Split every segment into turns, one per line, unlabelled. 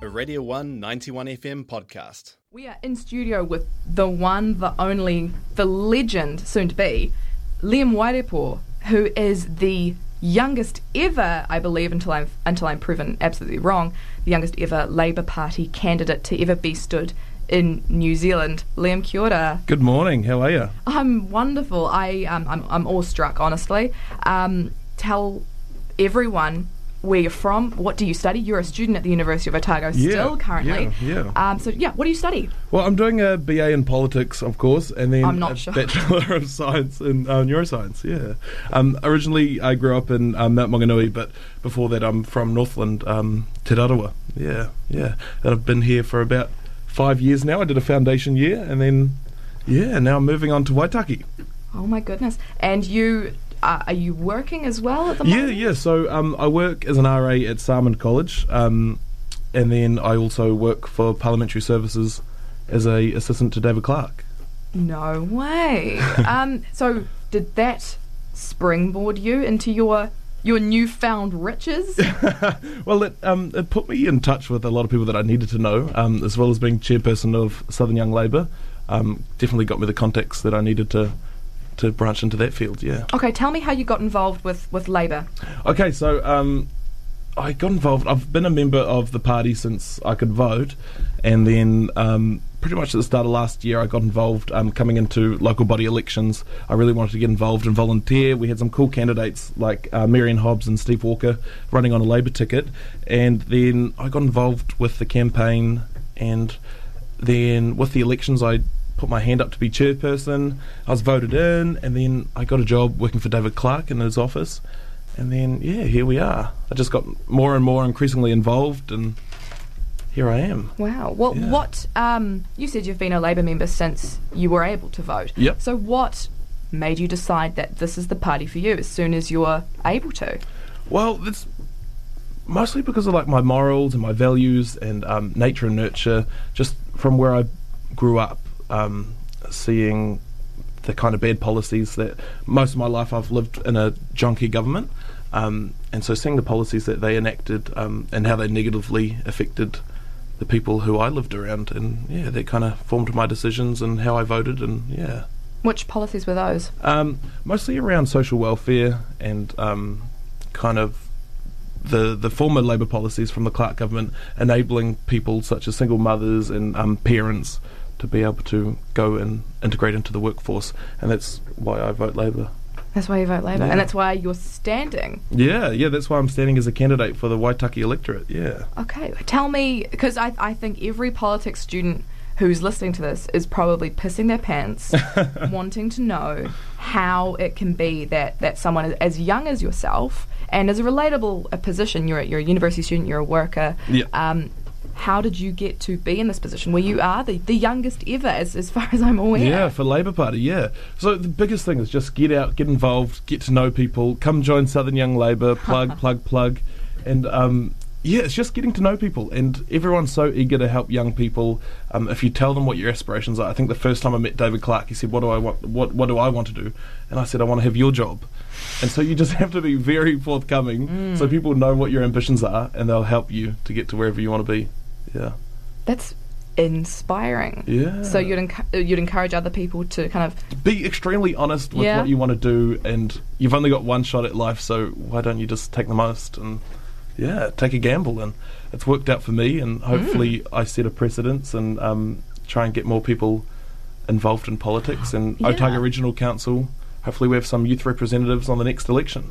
the Radio 1 91 FM podcast.
We are in studio with the one, the only, the legend, soon to be, Liam Wairepo, who is the youngest ever, I believe, until I'm until I'm proven absolutely wrong, the youngest ever Labour Party candidate to ever be stood in New Zealand. Liam, kia ora.
Good morning. How are you?
I'm wonderful. I um, I'm I'm awestruck, honestly. Um, tell everyone where you're from. What do you study? You're a student at the University of Otago
Yeah,
still currently.
yeah, yeah.
Um, so yeah, what do you study?
Well, I'm doing a BA in politics, of course, and then
I'm not
a
sure.
Bachelor of Science in uh, Neuroscience. Yeah. Um, originally, I grew up in um, Mount Maunganui, but before that, I'm from Northland, um, Te Rarawa. Yeah, yeah. And I've been here for about five years now. I did a foundation year, and then yeah, now I'm moving on to Waitaki.
Oh my goodness! And you uh, are you working as well at the
Yeah,
moment?
yeah. So um, I work as an RA at Salmon College, um, and then I also work for Parliamentary Services as a assistant to David Clark.
No way. um, so did that springboard you into your your newfound riches?
Well, it, um, it put me in touch with a lot of people that I needed to know, um, as well as being chairperson of Southern Young Labour. Um, definitely got me the contacts that I needed to to branch into that field. Yeah.
okay, tell me how you got involved with with Labour.
Okay, so um, I got involved. I've been a member of the party since I could vote, and then um, pretty much at the start of last year, I got involved um, coming into local body elections. I really wanted to get involved and volunteer. We had some cool candidates like uh, Marion Hobbs and Steve Walker running on a Labour ticket, and then I got involved with the campaign and then with the elections I put my hand up to be chairperson. I was voted in and then I got a job working for David Clark in his office. And then yeah, here we are. I just got more and more increasingly involved and here I am.
Wow. What
Yeah.
what um, you said you've been a Labour member since you were able to vote.
Yep.
So what made you decide that this is the party for you as soon as you're able to?
Well, it's mostly because of like my morals and my values and um, nature and nurture, just from where I grew up, um, seeing the kind of bad policies that most of my life I've lived in a junkie government, um, and so seeing the policies that they enacted um, and how they negatively affected the people who I lived around, and yeah, that kind of formed my decisions and how I voted, and yeah.
Which policies were those?
Um, mostly around social welfare and um, kind of the the former Labour policies from the Clark government enabling people such as single mothers and um, parents to be able to go and integrate into the workforce, and that's why I vote Labour.
That's why you vote Labour,
Yeah.
and that's why you're standing.
Yeah, yeah, that's why I'm standing as a candidate for the Waitaki electorate. Yeah.
Okay, tell me, because I, I think every politics student who's listening to this is probably pissing their pants, wanting to know how it can be that, that someone as young as yourself and as a relatable a position, you're, a- you're a university student, you're a worker.
Yeah.
Um, how did you get to be in this position where you are the, the youngest ever, as, as far as I'm aware?
Yeah, for Labour Party, yeah. So the biggest thing is just get out, get involved, get to know people, come join Southern Young Labour, plug, plug, plug. And um, yeah, it's just getting to know people. And everyone's so eager to help young people. Um, if you tell them what your aspirations are, I think the first time I met David Clark, he said, What do I want what what do I want to do? And I said, I want to have your job. And so you just have to be very forthcoming so people know what your ambitions are and they'll help you to get to wherever you want to be. Yeah.
That's inspiring.
Yeah.
So you'd, enc- you'd encourage other people to kind of
be extremely honest with
Yeah.
what you want to do and you've only got one shot at life so why don't you just take the most and yeah take a gamble and it's worked out for me and hopefully
Mm.
i set a precedence and um, try and get more people involved in politics and
Yeah.
otago regional council hopefully we have some youth representatives on the next election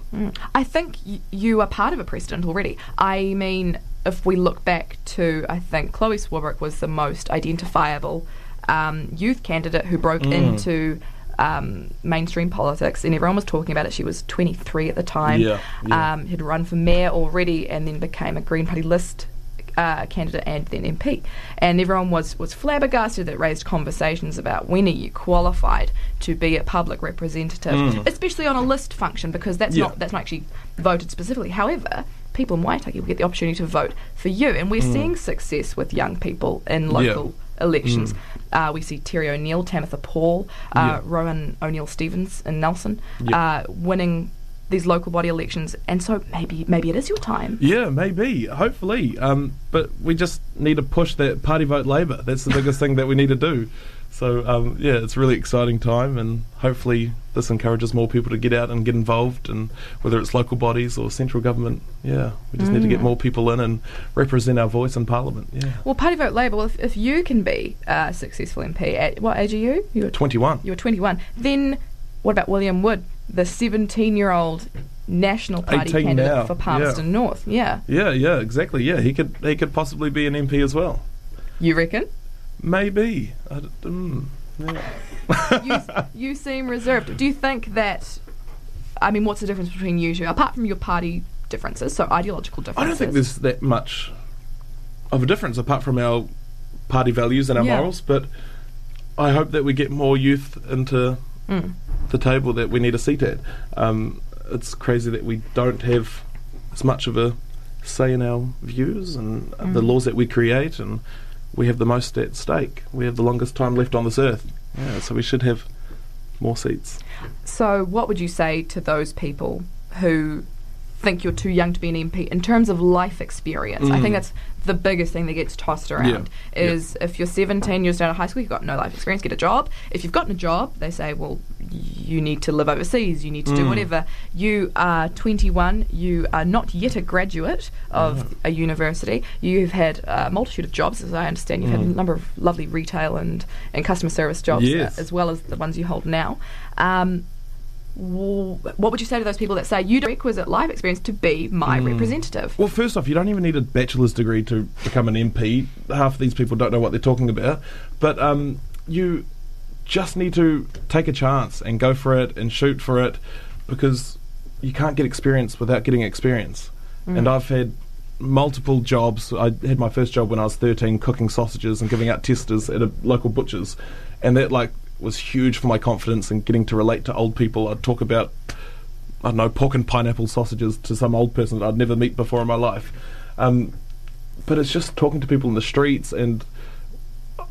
I think y- you are part of a precedent already. I mean, if we look back to, I think Chloe Swarbrick was the most identifiable um, youth candidate who broke
Mm.
into um, mainstream politics, and everyone was talking about it. She was 23 at the time,
Yeah, yeah.
Um, had run for mayor already, and then became a Green Party list. Uh, candidate and then MP, and everyone was was flabbergasted. It raised conversations about when are you qualified to be a public representative, especially on a list function because that's
Yeah.
not that's not actually voted specifically. However, people in Waitaki will get the opportunity to vote for you, and we're seeing success with young people in local elections. Uh, we see Terry O'Neill, Tamitha Paul, uh,
Mm. Yeah.
Rowan O'Neill Stevens, and Nelson
Yeah.
uh, winning these local body elections, and so maybe maybe it is your time.
Yeah, maybe. Hopefully. Um, but we just need to push that party vote Labour. That's the biggest thing that we need to do. So, um, yeah, it's a really exciting time, and hopefully, this encourages more people to get out and get involved. And whether it's local bodies or central government, yeah, we just need to get more people in and represent our voice in Parliament. Yeah.
Well, Party Vote Labour, well, if, if you can be a successful MP at what age are you? You're
21.
you're 21. Then what about William Wood, the 17-year-old National Party
18
candidate
now,
for Palmerston North? Yeah,
Yeah, yeah, exactly. Yeah, he could he could possibly be an MP as well.
you reckon?
Maybe. I d- mm, yeah.
you, you seem reserved. Do you think that? I mean, what's the difference between you two, apart from your party differences, so ideological differences?
I don't think there's that much of a difference apart from our party values and our
Yeah.
morals, but I hope that we get more youth into
Mm.
the table that we need a seat at. Um, it's crazy that we don't have as much of a say in our views and
Mm.
uh the laws that we create, and we have the most at stake. We have the longest time left on this earth. Yeah, so we should have more seats.
So, what would you say to those people who think you're too young to be an MP in terms of life experience? I think that's the biggest thing that gets tossed around
Mm. Yeah.
is if you're 17 years down at high school, you've got no life experience, get a job. If you've gotten a job, they say, well, you need to live overseas, you need to
Mm.
do whatever. You are 21, you are not yet a graduate of
Mm.
a university. You've had a multitude of jobs, as I understand. You've
Mm.
had a number of lovely retail and, and customer service jobs uh,
Yes.
as well as the ones you hold now. Um, w- what would you say to those people that say you don't requisite life experience to be my representative?
Hmm. Well, first off, you don't even need a bachelor's degree to become an MP. Half of these people don't know what they're talking about. But um, you just need to take a chance and go for it and shoot for it because you can't get experience without getting experience. And I've had multiple jobs. I had my first job when I was 13 cooking sausages and giving out testers at a local butcher's. And that, like, was huge for my confidence and getting to relate to old people. I'd talk about I don't know, pork and pineapple sausages to some old person that I'd never meet before in my life. Um, but it's just talking to people in the streets and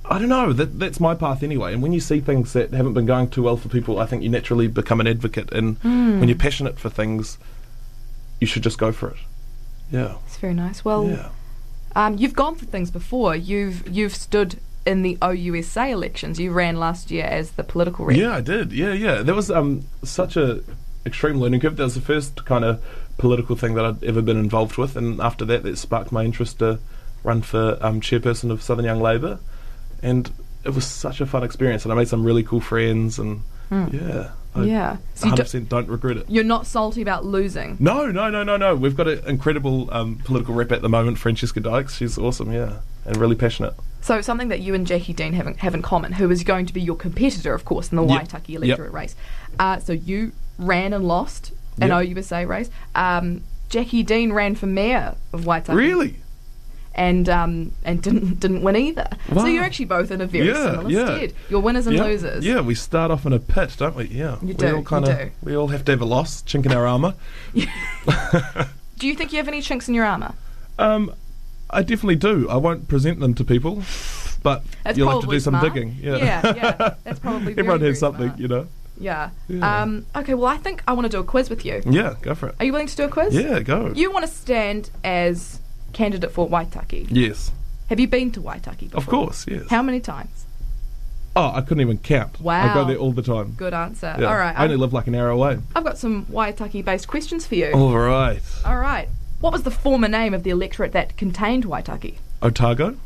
I don't know, that, that's my path anyway. And when you see things that haven't been going too well for people, I think you naturally become an advocate. And when you're passionate for things, you should just go for it. Yeah.
It's very nice. Well,
Yeah.
um, you've gone for things before. You've you've stood in the OUSA elections. You ran last year as the political rep.
Yeah, I did. Yeah, yeah. That was um, such a extreme learning curve. That was the first kind of political thing that I'd ever been involved with, and after that, that sparked my interest to run for um, chairperson of Southern Young Labour, and it was such a fun experience, and I made some really cool friends, and yeah, I
Hmm. Yeah. So you do-
100% do- not regret it.
You're not salty about losing.
No, no, no, no, no. We've got an incredible um, political rep at the moment, Francesca Dykes. She's awesome, yeah, and really passionate.
So something that you and Jackie Dean have in, have in common, who is going to be your competitor, of course, in the
Yep.
Waitaki electorate
Yep.
race. Uh, so you ran and lost an
Yep.
OUSA race. Um, Jackie Dean ran for mayor of Waitaki.
Really?
and um, and didn't didn't win either.
Wow.
So you're actually both in a very
Yeah,
similar
yeah.
stead. You're winners and
yeah.
losers.
Yeah, we start off in a pit, don't we? Yeah. we
do,
All
you
kinda,
do.
We all have to have a loss, chink in our armour.
Do you think you have any chinks in your armour?
Um, I definitely do. I won't present them to people, but
That's
you'll have to
probably
do some
smart.
digging. Yeah.
yeah, yeah. That's probably very,
Everyone
very
has something,
smart.
you know.
Yeah.
Yeah.
Um, okay. Well, I think I want to do a quiz with you.
Yeah, go for it.
Are you willing to do a quiz?
Yeah, go.
You want to stand as candidate for Waitaki.
yes,
Have you been to Waitaki before?
of course. Yes.
How many times?
oh, I couldn't even count. I go
Wow.
there all the time.
Good answer.
Yeah.
All right.
I only
I've-
live like an hour away.
I've got some Waitaki based questions for you.
All right.
All right. What was the former name of the electorate that contained Waitaki?
Otago.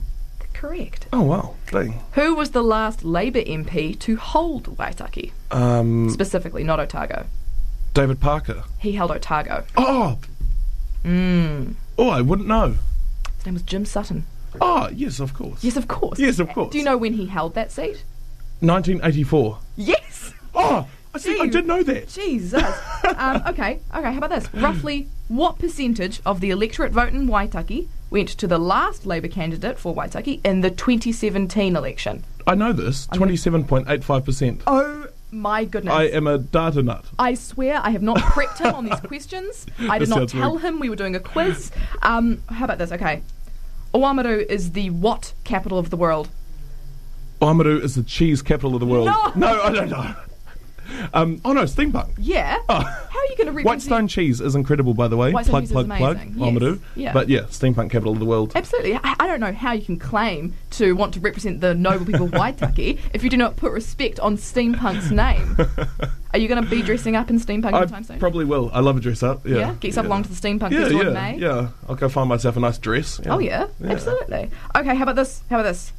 Correct.
Oh wow. Dang.
Who was the last Labour MP to hold Waitaki?
Um,
Specifically, not Otago.
David Parker.
He held Otago. Mm.
Oh. Oh, I wouldn't know.
His name was Jim Sutton.
Oh, yes, of course.
Yes, of course.
Yes, of course.
Do you know when he held that seat?
1984.
Yes!
Oh, I see. I
Gee.
did know that.
Jesus. um, okay, okay, how about this? Roughly what percentage of the electorate vote in Waitaki went to the last Labour candidate for Waitaki in the 2017 election?
I know this. Twenty-seven point eight five percent.
Oh my goodness.
I am a data nut.
I swear I have not prepped him on these questions. I did
That
not
sounds
tell
weird.
him we were doing a quiz. Um, how about this? Okay. Oamaru is the what capital of the world?
Oamaru is the cheese capital of the world.
No.
I don't know. Um, oh no, steampunk.
Yeah. How are you going to represent?
Whitestone cheese is incredible, by the way.
Whitestone
plug,
cheese is
plug, plug.
amazing. Yes.
Mamadou.
Yeah.
But yeah, steampunk capital of the world.
Absolutely. I, I don't know how you can claim to want to represent the noble people of Waitaki if you do not put respect on steampunk's name. Are you going to be dressing up in steampunk
I
anytime soon?
probably will. I love a dress up. Yeah.
yeah. Get yourself along to the steampunk
yeah,
festival
yeah,
in May.
yeah. I'll go find myself a nice dress.
Oh yeah, absolutely. Okay, how about this? How about this?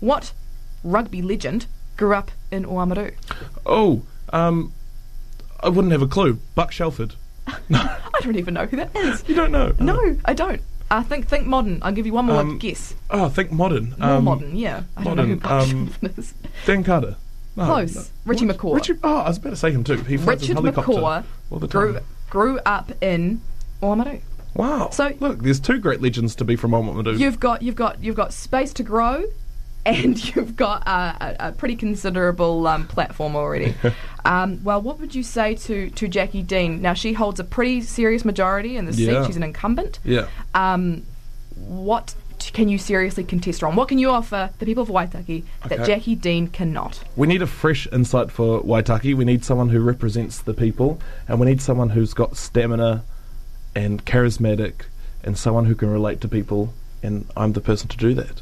What rugby legend grew up in Oamaru?
Oh, um, I wouldn't have a clue. Buck Shelford.
I don't even know who that is.
You don't know?
No, I don't. I think think modern. I'll give you one more
Um,
guess.
Oh, think modern.
More
Um,
modern, yeah. I don't know who
modern,
Buck
um,
Shelton is.
Dan Carter. No,
Close.
no.
Richie
What?
McCaw.
Richie, oh, I was about to say him too. He flies his
Richard
helicopter
McCaw
all the time.
grew grew up in Oamaru.
Wow.
So-
look, there's two great legends to be from Oamaru.
You've got you've got you've got space to grow, and you've got uh, a, a pretty considerable um, platform already. um, well, what would you say to to Jackie Dean? Now she holds a pretty serious majority in the
Yeah.
seat. She's an incumbent.
yeah.
Um, what t- can you seriously contest her on? What can you offer the people of Waitaki that
Okay.
Jackie Dean cannot?
We need a fresh insight for Waitaki. We need someone who represents the people, and we need someone who's got stamina and charismatic, and someone who can relate to people. And I'm the person to do that.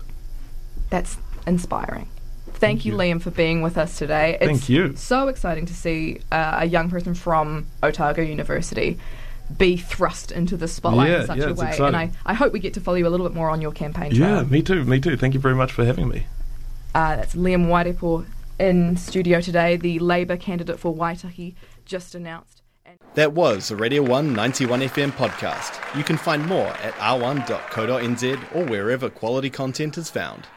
That's inspiring. Thank, you,
you.
Liam, for being with us today. It's
Thank you.
So exciting to see uh, a young person from Otago University be thrust into the spotlight
Yeah,
in such
yeah,
a
it's
way. And I,
exciting.
I hope we get to follow you a little bit more on your campaign trail.
Yeah, Uh, me too. Me too. Thank you very much for having me.
Uh, that's Liam Waidepo in studio today, the Labour candidate for Waitaki, just announced. And-
That was a Radio 1 91 FM podcast. You can find more at r1.co.nz or wherever quality content is found.